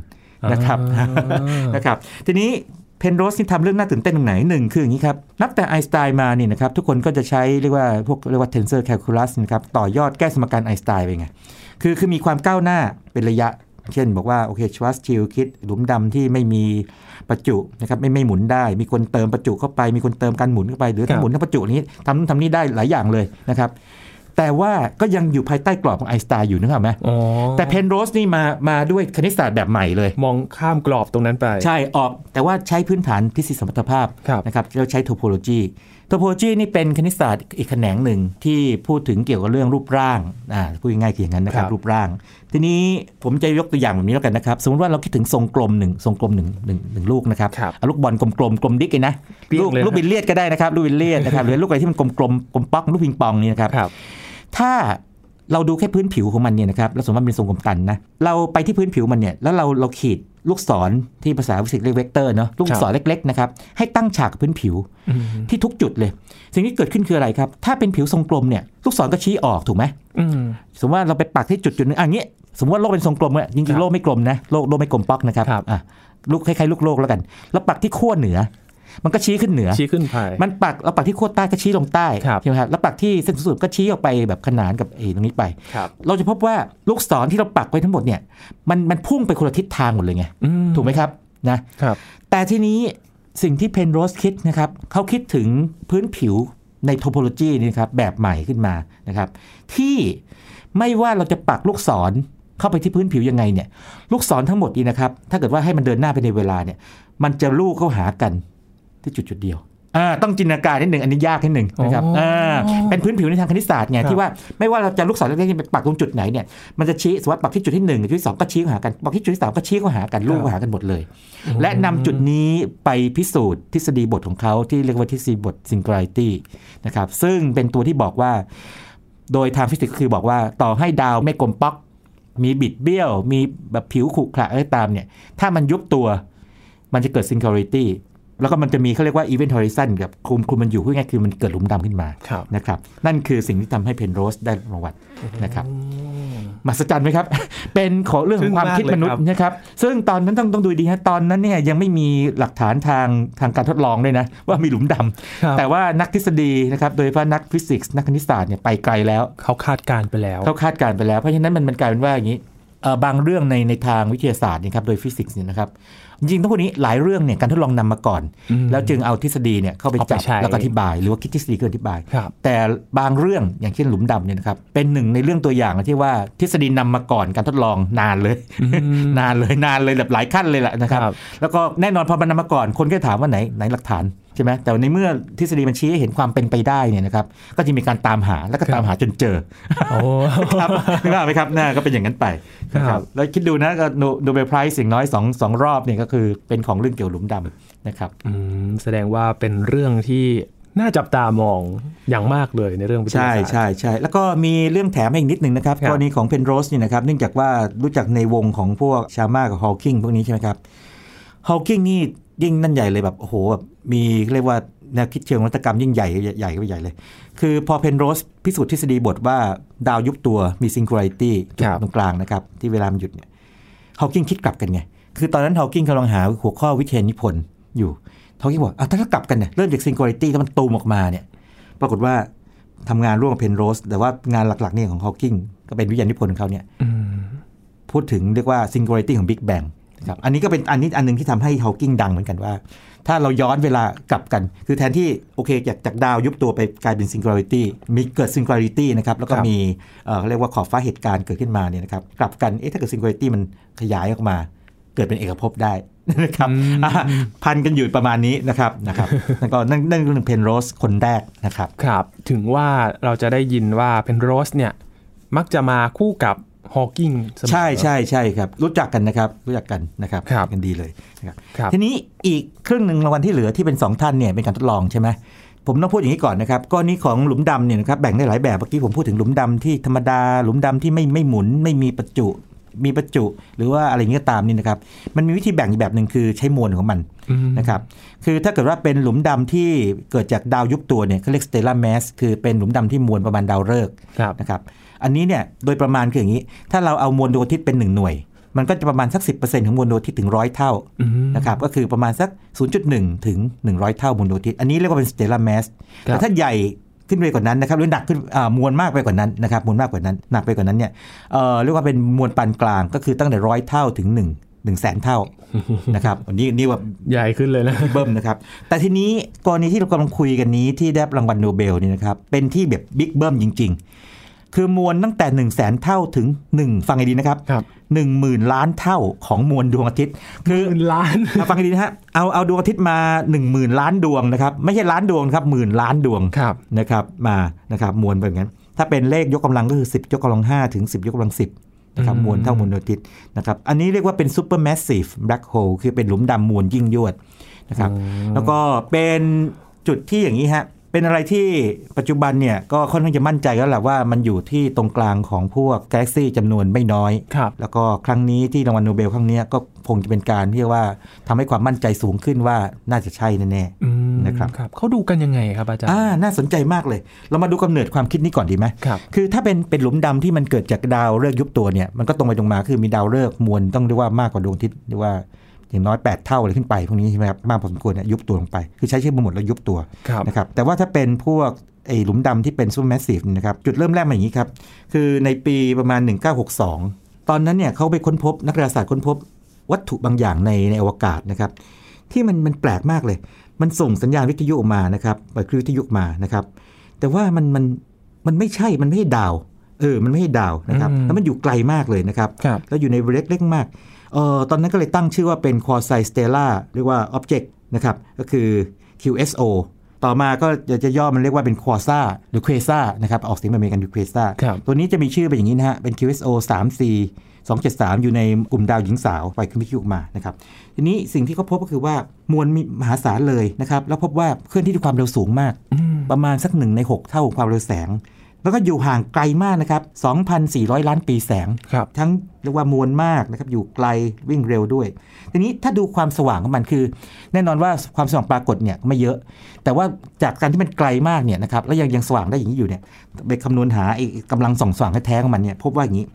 Speaker 2: นะครับ
Speaker 1: อ่า
Speaker 2: นะครับทีนี้เพนโรสที่ทำเรื่องน่าตื่นเต้นตรงไหนหนึ่งคืออย่างนี้ครับ นับแต่ไอน์สไตน์มาเนี่ยนะครับทุกคนก็จะใช้เรียกว่าพวกเรียกว่าเทนเซอร์แคลคูลัสนะครับต่อยอดแก้สมการไอน์สไตน์ไปไง คือคือมีความก้าวหน้าเป็นระยะ เช่นบอกว่าโอเคชวัสชิลคิดหลุมดำที่ไม่มีประจุนะครับไม่ไม่หมุนได้ มีคนเติมประจุเข้าไปมีคนเติมการหมุนเข้าไป หรื
Speaker 1: ค
Speaker 2: อ
Speaker 1: รั
Speaker 2: ถ้า
Speaker 1: บ
Speaker 2: หมุนทั้งประจุอย่างนี้ทำนู่นทำนี่ได้หลายอย่างเลยนะครับแต่ว่าก็ยังอยู่ภายใต้กรอบของไอน์สไตน์อยู่นึกออกไหม
Speaker 1: อ๋อ
Speaker 2: แต่เพนโรสนี่มามาด้วยคณิตศาสตร์แบบใหม่เลย
Speaker 1: มองข้ามกรอบตรงนั้นไป
Speaker 2: ใช่ออกแต่ว่าใช้พื้นฐานทฤษฎีสมรรถภาพ
Speaker 1: ครับ
Speaker 2: นะครับเราใช้ topology topology นี่เป็นคณิตศาสตร์อีกแขนงหนึ่งที่พูดถึงเกี่ยวกับเรื่องรูปร่างอ่าพูดง่ายๆคืออย่างนั้นนะครับ
Speaker 1: ครับ
Speaker 2: รูปร่าง ทีนี้ผมจะยกตัวอย่างแบบนี้แล้วกันนะครับ สมมติว่าเราคิดถึงทรงกลมหนึ่งทรงกลมหนึ่งหนึ่งหนึ่งลูกนะครับ
Speaker 1: ครับ
Speaker 2: เอาลูกบอลกลมๆกลมดิ๊กเลยนะ
Speaker 1: เปี้ย
Speaker 2: ลู
Speaker 1: ง
Speaker 2: ก
Speaker 1: เลยนะ
Speaker 2: ลูกบิลเลียดก็ได้นะครับลูกบิลเลียดนะครับหรือลูกอะไรที่มันกลมๆกลมป๊อกลูกปิงปองนี่นะครับ
Speaker 1: ครับ
Speaker 2: ถ้าเราดูแค่พื้นผิวของมันเนี่ยนะครับแล้วสมมติมันเป็นทรงกลมตันนะ เราไปที่พื้นผิวมันเนี่ย แล้วเราเราขีดลูกศรที่ภาษาฟิสิกส์เรียกเวกเตอร์เนาะ ลูกศรเล็กๆนะครับ ให้ตั้งฉากกับพื้นผิวที่ทุกจุดเลย สิ่งที่เกิดขึ้นคืออะไรครับ ถ้าเป็นผิวทรงกลมเนี่ย ลูกศรก็ชี้ออกถูกไหม
Speaker 1: อืม
Speaker 2: สมมติว่าเราไปปักที่จุดจุดหนึงอ่ะอย่างงี้ สมมติว่าโลกเป็นทรงกลมเนี่ย
Speaker 1: ค
Speaker 2: จ
Speaker 1: รั
Speaker 2: ริง
Speaker 1: บ
Speaker 2: ๆโลกไม่กลมนะโลกโลกไม่กลมป๊อกนะครับ
Speaker 1: ครับ
Speaker 2: อ่ะลูกคล้ายๆลูกโลกแล้วกันแล้วปักที่ขั้วเหนือ มันก็ชี้ขึ้นเหนือ
Speaker 1: ชี้ขึ้นไป
Speaker 2: มันปักเราปักที่ขั้วใต้ก็ชี้ลงใต้
Speaker 1: ครับ
Speaker 2: ใช่ไหมครับแล้วปักที่เส้นศูนย์สูตรก็ชี้ออกไปแบบขนานกับไอ้ตรงนี้ไป
Speaker 1: ครับ
Speaker 2: เราจะพบว่าลูกศรที่เราปักไว้ทั้งหมดเนี่ยมันมันพุ่งไปคนละทิศทางหมดเลยไง
Speaker 1: อืม
Speaker 2: ถูกไหมครับนะครับ แต่ทีนี้สิ่งที่เพนโรสคิดนะครับเขาคิดถึงพื้นผิวในโทโพโลจีนี่นะครับแบบใหม่ขึ้นมานะครับที่ไม่ว่าเราจะปักลูกศรเข้าไปที่พื้นผิวยังไงเนี่ยลูกศรทั้งหมดนี่นะครับถ้าเกิดว่าให้มันเดินหน้าไปในเวลาเนี่ยมันจะลูกเข้าหากัน ที่จุดจุดเดียวอ่าต้องจินตนาการนิดหนึ่งอันนี้ยากนิดหนึ่งนะครับ
Speaker 1: อ๋ออ่
Speaker 2: ่าเป็นพื้นผิวในทางคณิตศาสตร์ไง
Speaker 1: ครับ
Speaker 2: ที่ว่าไม่ว่าเราจะลูกศรเล็กๆนี่ไปปักตรงจุดไหนเนี่ยมันจะชี้สมมติว่าปักที่จุดที่หนึ่งจุดที่สองก็ชี้เข้าหากันปักที่จุดที่สามก็ชี้เข้าหากันลูกเข้าหากันหมดเลย และนำจุดนี้ไปพิสูจน์ทฤษฎีบทของเขาที่เรียกว่าทฤษฎีบท singularity นะครับซึ่งเป็นตัวที่บอกว่า โดยทางฟิสิกส์คือบอกว่าต่อให้ดาวไม่กลมป๊อก มีบิดเบี้ยว มีแบบผิวขรุขระอะไรตามเนี่ย ถ้ามันยุบตัว มันจะเกิด singularity แล้วก็มันจะมีเขาเรียกว่า event horizon กับคลุมคลุมมันอยู่พูดง่ายๆคือมันเกิดหลุมดำขึ้นมา
Speaker 1: ครับ
Speaker 2: นะครับ นั่นคือสิ่งที่ทำให้เพนโรสได้รางวัลนะครับมหัศจรรย์ไหมครับ เป็นของเรื่องของความคิดมนุษย์นะครับ ซึ่งตอนนั้นต้องต้องดูดีฮะตอนนั้นเนี่ยยังไม่มีหลักฐานทางทางการทดลองด้วยนะ ว่ามีหลุมดำ
Speaker 1: ครับ
Speaker 2: แต่ว่านักทฤษฎีนะครับโดยเฉพาะนักฟิสิกส์นักคณิตศาสตร์เนี่ยไปไกลแล้ว
Speaker 1: เขาคาดการณ์ไปแล้ว
Speaker 2: เขาคาดการณ์ไปแล้ว เพราะฉะนั้นมันมันกลายเป็นว่าอย่างนี้เอ่อบางเรื่องในในทางวิทยาศาสตร์นะครับโดยฟิสิกส์เนี่ยนะครับจริงๆต้องพูดนี้หลายเรื่องเนี่ยการทดลองนำมาก่อน แล้วจึงเอาทฤษฎีเนี่ยเข้าไป
Speaker 1: เอาไป
Speaker 2: จับ
Speaker 1: ใช้
Speaker 2: แล้วก็อธิบาย หรือว่าคิดทฤษฎีเพื่ออธิบาย
Speaker 1: ครับ
Speaker 2: แต่บางเรื่องอย่างเช่นหลุมดำเนี่ยนะครับเป็นหนึ่งในเรื่องตัวอย่างที่ว่าทฤษฎีนำมาก่อนการทดลองนานเลย นานเลยนานเลยแบบหลายขั้นเลยแหละนะครับ
Speaker 1: ครับ
Speaker 2: แล้วก็แน่นอนพอมันนำมาก่อนคนก็ถามว่าไหนไหนหลักฐานใช่ไหมแต่ในเมื่อทฤษฎีมันชี้ให้เห็นความเป็นไปได้เนี่ยนะครับก็จะมีการตามหาแล้วก็
Speaker 1: ครับ
Speaker 2: ตามหาจนเจอ
Speaker 1: โอ้
Speaker 2: ครับนึกภาพไหมครับน่าก็เป็นอย่างนั้นไปนะค
Speaker 1: ครั
Speaker 2: รั
Speaker 1: บบ
Speaker 2: แล้วคิดดูนะก็โนโนเบลไพรส์สิ่างน้อยสองสองรอบเนี่ยก็คือเป็นของเรื่องเกี่ยวหลุมดำนะครับ
Speaker 1: ืมแสดงว่าเป็นเรื่องที่น่าจับตามองอย่างมากเลยในเรื่องวิทยาศา
Speaker 2: ใช่
Speaker 1: สตร์
Speaker 2: ใช่ใช่แล้วก็มีเรื่องแถมให้อีกนิดหนึ่งนะครับ
Speaker 1: ครับ
Speaker 2: กรณีของเพนโรสเนี่ยนะครับเนื่องจากว่ารู้จักในวงของพวกชาม่ากับฮอ w k ิงพวกนี้ใช่ไหมครับฮอ w k ิงนี่ยิ่งนั่นใหญ่เลยแบบโอ้โหแบบมีเรียกว่า แนวคิดเชิงนวัตกรรมยิ่งใหญ่ใหญ่ก็ใหญ่เลย คือพอเพนโรสพิสูจน์ทฤษฎีบทว่าดาวยุบตัวมีซิงคู l ร r ตี้จุด
Speaker 1: ครับ
Speaker 2: ตรงกลางนะครับ ที่เวลามันหยุดเนี่ยฮอว์กิงคิดกลับกันไง คือตอนนั้นฮอว์กิงกำลังหาหัวข้อวิเทยานิพนธ์อยู่ฮอว์กิงบอกอ่ะถ้ากลับกันเนี่ยเริ่มจากซิงคู l ร r ตี้แล้วมันตูมออกมาเนี่ยปรากฏว่าทำงานร่วมกับเพนโรสแต่ว่างานหลักๆเนี่ยของฮอว์กิงก็เป็นวิทยานิพนธ์ของเขาเนี่ย
Speaker 1: อืม
Speaker 2: พูดถึงเรียกว่า singularity ของ Big Bang นะครับ อันนี้ก็เป็นอันนี้อันหนึงที่ทำให้ Hawking ดังเหมือนกันว่า ถ้าเราย้อนเวลากลับกัน คือแทนที่โอเคจากจากดาวยุบตัวไปกลายเป็น singularity มีเกิด singularity นะครับ แล้วก็
Speaker 1: ครับ
Speaker 2: มีเอ่อเขาเรียกว่าขอบฟ้าเหตุการณ์เกิดขึ้นมาเนี่ยนะครับ กลับกันเอ๊ะถ้าเกิด singularity มันขยายออกมา เกิดเป็นเอกภพได้ นะครับอ่ะพันกันอยู่ประมาณนี้นะครับนะครับนั่นก็นั่นนั่นคือหนึ่งเพนโรสคนแรกนะครับ
Speaker 1: ครับ ถึงว่าเราจะได้ยินว่าเพนโรสเนี่ย มักจะมาคู่กับฮอว์กิงเสมอ
Speaker 2: ใช่ใช่ใช่ครับ รู้จักกันนะครับ รู้จักกันนะครับ
Speaker 1: ครับ
Speaker 2: กันดีเลยนะครับ
Speaker 1: ครับ
Speaker 2: ทีนี้อีกครึ่งหนึ่งรางวัลที่เหลือที่เป็น 2 ท่านเนี่ยเป็นการทดลองใช่ไหมผมต้องพูดอย่างนี้ก่อนนะครับกรณีของหลุมดำเนี่ยนะครับแบ่งได้หลายแบบเมื่อกี้ผมพูดถึงหลุมดำที่ธรรมดา หลุมดำที่ไม่ไม่หมุน ไม่มีประจุ มีประจุ หรือว่าอะไรอย่างเงี้ยก็ตามนี่นะครับมันมีวิธีแบ่งอีกแบบหนึ่งคือใช้มวลของมัน
Speaker 1: อืม
Speaker 2: นะครับคือถ้าเกิดว่าเป็นหลุมดำที่เกิดจากดาวยุบตัวเนี่ยเขาเรียก stellar mass คือเป็นหลุมดำที่มวลประมาณดาวฤกษ์
Speaker 1: ครับ
Speaker 2: นะครับอันนี้เนี่ยโดยประมาณคืออย่างนี้ ถ้าเราเอามวลดวงอาทิตย์เป็น 1 หน่วย มันก็จะประมาณสัก 10%ของมวลดวงอาทิตย์ถึงร้อยเท่า
Speaker 1: อืม
Speaker 2: นะครับก็คือประมาณสัก 0.1 ถึง 100 เท่ามวลดวงอาทิตย์อันนี้เรียกว่าเป็น stellar mass
Speaker 1: ครับ
Speaker 2: แต่ถ้าใหญ่ขึ้นไปกว่านั้นนะครับหรือหนักขึ้นอ่ามวลมากไปกว่านั้นนะครับมวลมากกว่านั้นหนักไปกว่านั้นเนี่ยเอ่อเรียกว่าเป็นมวลปานกลางก็คือตั้งแต่ร้อยเท่าถึง1นึ่งหนึ่งแสนเท่านะครับอันนี้อันนี่แบบ
Speaker 1: ใหญ่ขึ้นเลยนะ
Speaker 2: เบิ้มนะครับ แต่ทีนี้กรณีที่เรากำลังคุยกันนี้ที่ได้รับรางวัลโนเบลเนี่ยนะครับ เป็นที่แบบบิ๊กเบิ้มจริง ๆ คือมวลตั้งแต่ 1 0 0 0 0แสนเท่าถึง 1 ฟังให้ดีนะครับ
Speaker 1: ครับ
Speaker 2: หนึ่งหมื่นล้านเท่าของมวลดวงอาทิตย์ คือ
Speaker 1: เป็นล้าน
Speaker 2: เอาฟังให้ดีนะฮะเอาเอาดวงอาทิตย์มา 1 0,000 ล้านดวงนะครับ ไม่ใช่ล้านดวงนะครับหมื่นล้านดวง
Speaker 1: ครับ
Speaker 2: นะครับมานะครับมวลเป็นอย่างนั้น ถ้าเป็นเลขยกกำลังก็คือ 10 ยกกำลัง 5 ถึง 10 ยกกำลัง 10นะครับ
Speaker 1: อืม
Speaker 2: มวลเท่ามวลดวงอาทิตย์นะครับอันนี้เรียกว่าเป็น super massive black hole คือเป็นหลุมดำมวลยิ่งยวดนะครับแล้วก็เป็นจุดที่อย่างนี้ฮะเป็นอะไรที่ปัจจุบันเนี่ยก็ค่อนข้างจะมั่นใจแล้วแหละว่ามันอยู่ที่ตรงกลางของพวกกาแล็กซี่จำนวนไม่น้อย
Speaker 1: ครับ
Speaker 2: แล้วก็ครั้งนี้ที่รางวัลโนเบลครั้งเนี้ยก็คงจะเป็นการที่ว่าทำให้ความมั่นใจสูงขึ้นว่าน่าจะใช่แน่ๆ
Speaker 1: อืม
Speaker 2: นะครับ
Speaker 1: เขาดูกันยังไงครับอาจารย์
Speaker 2: อ่า น่าสนใจมากเลย เรามาดูกำเนิดความคิดนี้ก่อนดีไหม
Speaker 1: ครับ
Speaker 2: คือถ้าเป็นเป็นหลุมดำที่มันเกิดจากดาวฤกษ์ยุบตัวเนี่ย มันก็ตรงไปตรงมา คือมีดาวฤกษ์มวลต้องเรียกว่ามากกว่าดวงอาทิตย์เรียกว่าอย่างน้อย 8 เท่าอะไรขึ้นไป พวกนี้ใช่ไหมครับ มากพอสมควรเนี่ยยุบตัวลงไป คือใช้ชื่อมาหมดแล้วยุบตัว
Speaker 1: ครับ
Speaker 2: นะครับแต่ว่าถ้าเป็นพวกไอหลุมดำที่เป็นซูเปอร์แมสซีฟนะครับจุดเริ่มแรกมาอย่างนี้ครับ คือในปีประมาณ 1962 ตอนนั้นเนี่ยเขาไปค้นพบนักดาราศาสตร์ค้นพบวัตถุบางอย่างในในอวกาศนะครับที่มันมันแปลกมากเลย มันส่งสัญญาณวิทยุออกมานะครับปล่อยคลื่นวิทยุออกมานะครับแต่ว่ามันมันมันไม่ใช่มันไม่ใช่ดาวเออมันไม่ใช่ดาวนะครับ
Speaker 1: อืม
Speaker 2: แล้วมันอยู่ไกลมากเลยนะครับ
Speaker 1: ครับ
Speaker 2: แล้วอยู่ในเล็กเล็กมากเอ่อตอนนั้นก็เลยตั้งชื่อว่าเป็น Quasi Stellar เรียกว่า Object นะครับ ก็คือ QSO ต่อมาก็จะจะย่อมันเรียกว่าเป็น Quasa หรือ Quasa นะครับ ออกเสียงแบบอเมริกันคือ Quasa
Speaker 1: ครับ
Speaker 2: ตัวนี้จะมีชื่อเป็นอย่างนี้นะฮะ เป็น QSO 3 c 273 อยู่ในกลุ่มดาวหญิงสาวไปขึ้นวิทยุออกมานะครับ ทีนี้สิ่งที่เขาพบก็คือว่ามวลมีมหาศาลเลยนะครับ แล้วพบว่าเคลื่อนที่ด้วยความเร็วสูงมาก
Speaker 1: อืม
Speaker 2: ประมาณสักหนึ่งในหกเท่าของความเร็วแสง แล้วก็อยู่ห่างไกลมากนะครับ2,400 ล้านปีแสง
Speaker 1: ครับ
Speaker 2: ทั้งเรียกว่ามวลมากนะครับอยู่ไกลวิ่งเร็วด้วย ทีนี้ถ้าดูความสว่างของมันคือ แน่นอนว่าความสว่างปรากฏเนี่ยไม่เยอะ แต่ว่าจากการที่มันไกลมากเนี่ยนะครับแล้วยังยังสว่างได้อย่างนี้อยู่เนี่ยไปคำนวณหาไอ้กำลังส่องสว่างแท้ๆของมันเนี่ยพบว่าอย่างนี้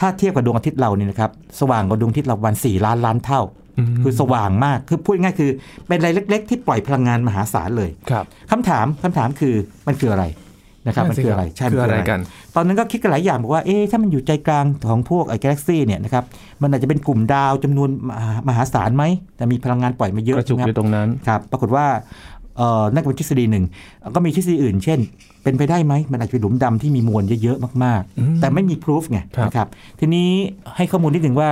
Speaker 2: ถ้าเทียบกับดวงอาทิตย์เราเนี่ยนะครับสว่างกว่าดวงอาทิตย์เราวัน4ล้านล้านเท่า
Speaker 1: อืม
Speaker 2: คือสว่างมากคือพูดง่ายๆคือ เป็นอะไรเล็ก ๆ ที่ปล่อยพลังงานมหาศาลเลย
Speaker 1: ครับ
Speaker 2: คำถามคำถามคือมันคืออะไรนะครับมันคืออะไรใช่มัน
Speaker 1: คืออะไรกัน
Speaker 2: ตอนนั้นก็คิดกันหลายอย่างบอกว่า เอ๊ะ ถ้ามันอยู่ใจกลางของพวกไอ้กาแล็กซี่เนี่ยนะครับ มันอาจจะเป็นกลุ่มดาวจำนวนมหามหาศาลไหม แต่มีพลังงานปล่อยมาเยอะ
Speaker 1: กระจุก
Speaker 2: น
Speaker 1: อยู่ตรงนั้น
Speaker 2: ครับ ปรากฏว่าเอ่อนั่นก็เป็นทฤษฎีหนึ่ง ก็มีทฤษฎีอื่น เช่น เป็นไปได้ไหม มันอาจจะเป็นหลุมดำที่มีมวลเยอะๆ มาก
Speaker 1: อืม
Speaker 2: ๆ แต่ไม่มีพิสูจไง
Speaker 1: ครับ
Speaker 2: นะครับ ทีนี้ให้ข้อมูลนิดหนึ่งว่า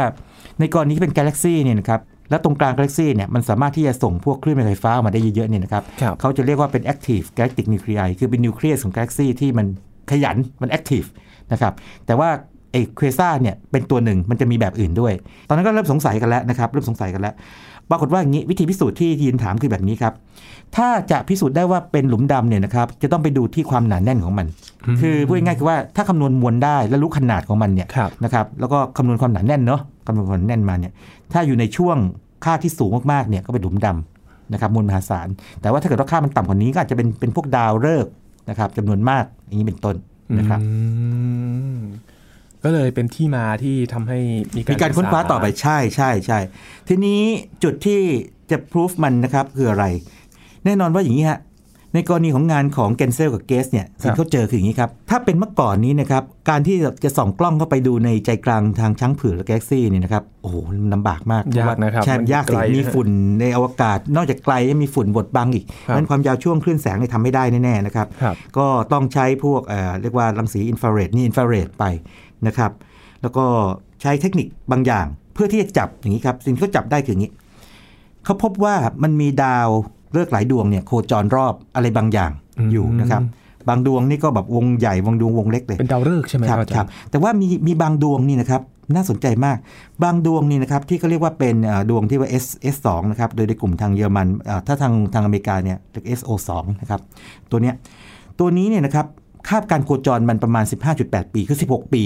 Speaker 2: ในกรณีที่เป็นกาแล็กซี่เนี่ยนะครับ แล้วตรงกลางกาแล็กซี่เนี่ย มันสามารถที่จะส่งพวกคลื่นแม่เหล็กไฟฟ้าออกมาได้เยอะๆเนี่ยนะครับ
Speaker 1: ครับ
Speaker 2: เขาจะเรียกว่าเป็น active galactic nuclei คือเป็นนิวเคลียสของกาแล็กซีที่มันขยันมัน active นะครับ แต่ว่าไอ้เควซ่าเนี่ยเป็นตัวหนึ่งมันจะมีแบบอื่นด้วย ตอนนั้นก็เริ่มสงสัยกันแล้วนะครับ เริ่มสงสัยกันแล้ว ปรากฏว่าอย่างนี้วิธีพิสูจน์ที่ยีนถามคือแบบนี้ครับ ถ้าจะพิสูจน์ได้ว่าเป็นหลุมดำเนี่ยนะครับจะต้องไปดูที่ความหนาแน่นของมัน คือพูดง่ายๆคือว่าถ้าคำนวณมวลได้และรู้ขนาดของมันเนี่ย
Speaker 1: ครับ
Speaker 2: นะครับแล้วก็คำนวณความหนาแน่นเนาะคำนวณความหนาแน่นมาเนี่ยถ้าอยู่ในช่วงค่าที่สูงมากๆเนี่ยก็เป็นหลุมดำ นะครับมวลมหาศาล แต่ว่าถ้าเกิดว่าค่ามันต่ำกว่านี้ก็อาจจะเป็นเป็นพวกดาวฤกษ์นะครับจำนวนมากอย่างนี้เป็นต้นนะครับ
Speaker 1: อืมก็เลยเป็นที่มาที่ทำให้มีการ
Speaker 2: มีการค้นคว้าต่อไปใช่ใช่ใช่ทีนี้จุดที่จะพิสูจมันนะครับคืออะไร แน่นอนว่าอย่างนี้ฮะในกรณีของงานของแกนเซลกับเกสเนี่ยสิ่งที่เขาเจอคืออย่างนี้ครับ ถ้าเป็นเมื่อก่อนนี้นะครับ การที่จะส่องกล้องเข้าไปดูในใจกลางทางช้างเผือกและแกล็กซี่เนี่ยนะครับโอ้โหมันลำบากมาก
Speaker 1: ยากนะครับ
Speaker 2: ใช่
Speaker 1: มัน
Speaker 2: ยากสิ
Speaker 1: ไล
Speaker 2: มีฝุ่นในอวกาศ นอกจากไกลยังมีฝุ่นบดบังอีก
Speaker 1: ครับ
Speaker 2: นั้นความยาวช่วงคลื่นแสงเนี่ยทำไม่ได้แน่ๆนะครับ
Speaker 1: ครับ
Speaker 2: ก็ต้องใช้พวกเอ่อเรียกว่ารังสีอินฟราเรดนี่อินฟราเรดไปนะครับ แล้วก็ใช้เทคนิคบางอย่าง เพื่อที่จะจับอย่างนี้ครับ สิ่งที่เขาจับได้คืออย่างนี้ เขาพบว่ามันมีดาวเลือกษ์หลายดวงเนี่ยโคจรรอบอะไรบางอย่าง
Speaker 1: อืม
Speaker 2: อยู่นะครับ บางดวงนี่ก็แบบวงใหญ่วงดวงวงเล็กเลย
Speaker 1: เป็นดาวฤกษ์ใช่ไหม
Speaker 2: ค
Speaker 1: ค
Speaker 2: รั
Speaker 1: รั
Speaker 2: บบ
Speaker 1: อา
Speaker 2: ค
Speaker 1: จา
Speaker 2: รั
Speaker 1: ร
Speaker 2: บ
Speaker 1: ย์
Speaker 2: แต่ว่ามีมีบางดวงนี่นะครับน่าสนใจมาก บางดวงนี่นะครับที่เขาเรียกว่าเป็นเอ่อดวงที่ว่า S S2 นะครับโดยในกลุ่มทางเยอรมันเอ่อถ้าทางทางอเมริกาเนี่ยเรียก SO2 นะครับตัวเนี้ย ตัวนี้เนี่ยนะครับคาบการโคจรมันประมาณ 15.8 ปี คือ 16 ปี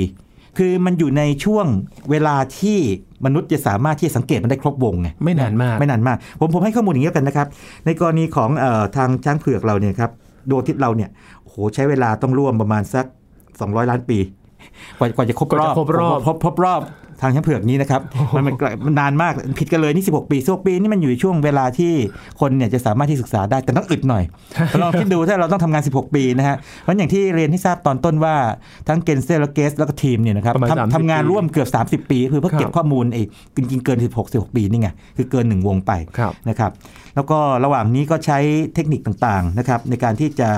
Speaker 2: คือมันอยู่ในช่วงเวลาที่มนุษย์จะสามารถที่จะสังเกตมันได้ครบวงไง
Speaker 1: ไม่นานมาก
Speaker 2: ไม่นานมาก ผมผมให้ข้อมูลอย่างนี้แล้วกันนะครับ ในกรณีของเออทางช้างเผือกเราเนี่ยครับดวงอาทิตย์เราเนี่ยโอ้โหใช้เวลาต้องร่วมประมาณสัก 200 ล้านปี กว่ากว่าจะครบรอบ
Speaker 1: กว่าจะครบรอบ
Speaker 2: ครบครบรอบทางช้างเผือกนี้นะครับมันมันมันนานมากผิดกันเลยนี่ 16 ปี16ปีนี่มันอยู่ในช่วงเวลาที่คนเนี่ยจะสามารถที่ศึกษาได้แต่ต้องอึด หน่อยลองคิดดูถ้าเราต้องทำงาน 16 ปีนะฮะเพราะอย่างที่เรียนที่ทราบตอนต้นว่าทั้งเกนเซลและเกสแล้วก็ทีมเนี่ยนะครับ
Speaker 1: ประมาณ30
Speaker 2: ทำทำงาน
Speaker 1: ปี
Speaker 2: ร่วม เกือบ 30 ปี คือเพื่อเก็บข้อมูลไอ้จริงๆ เกิน 16 16 ปีนี่ไง คือเกิน 1 วงไป
Speaker 1: ครับ
Speaker 2: นะครับ แล้วก็ระหว่างนี้ก็ใช้เทคนิคต่างๆนะครับในการที่จะ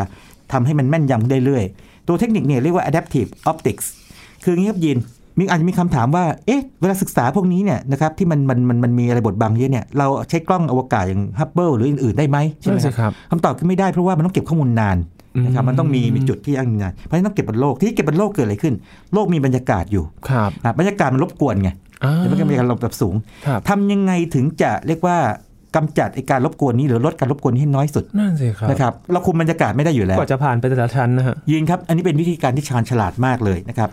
Speaker 2: ทำให้มันแม่นยำได้เรื่อย ตัวเทคนิคเนี่ยเรียกว่า adaptive optics คืออย่างนี้ครับยิน มีอาจจะมีคำถามว่า เอ๊ะ เวลาศึกษาพวกนี้เนี่ยนะครับที่มันมันมันมันมีอะไรบดบังเยอะเนี่ย เราใช้กล้องอวกาศอย่างฮับเบิลหรืออื่นๆได้ไหมใช่ไหม
Speaker 1: นั่น
Speaker 2: ค
Speaker 1: สิ
Speaker 2: รับ
Speaker 1: ครับ
Speaker 2: คำตอบคือไม่ได้เพราะว่ามันต้องเก็บข้อมูลนานนะครับมันต้องมีมีจุดที่อ้างอิงนานเพราะฉะนั้นต้องเก็บบนโลกที่เก็บบนโลกเกิดอะไรขึ้น โลกมีบรรยากาศอยู่
Speaker 1: ครับ
Speaker 2: อ่ะบรรยากาศมันรบกวนไง
Speaker 1: อ่า
Speaker 2: มันก็มีการรบแบบสูง
Speaker 1: ครับ
Speaker 2: ทำยังไงถึงจะเรียกว่ากำจัดไอการรบกวนนี้หรือลดการรบกวนนี้ให้น้อยสุด
Speaker 1: นั่นสิครับ
Speaker 2: นะครับ เราคุมบรรยากาศไม่ได้อยู่แล้ว
Speaker 1: กว่าจะผ่านไปแต่ละชั้นนะฮะ
Speaker 2: ยืนครับ อันนี้เป็นวิธีการที่ชาญฉลาดมากเลยนะครับ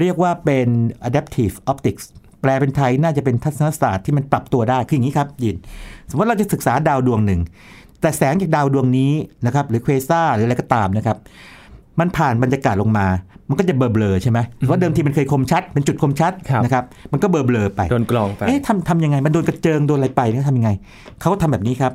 Speaker 2: เรียกว่าเป็น adaptive optics แปลเป็นไทยน่าจะเป็นทัศนศาสตร์ที่มันปรับตัวได้ คืออย่างนี้ครับยิน สมมติเราจะศึกษาดาวดวงหนึ่ง แต่แสงจากดาวดวงนี้นะครับ หรือเควซ่าหรืออะไรก็ตามนะครับ มันผ่านบรรยากาศลงมา มันก็จะเบลอๆใช่ไหมเพราะเดิมทีมันเคยคมชัด เป็นจุดคมชัด
Speaker 1: ครับ
Speaker 2: นะครับ มันก็เบลอๆไป
Speaker 1: โดนกลองไป
Speaker 2: เอ๊ะทำทำยังไง มันโดนกระเจิง โดนอะไรไปเนี่ยทำยังไง เขาก็ทำแบบนี้ครับ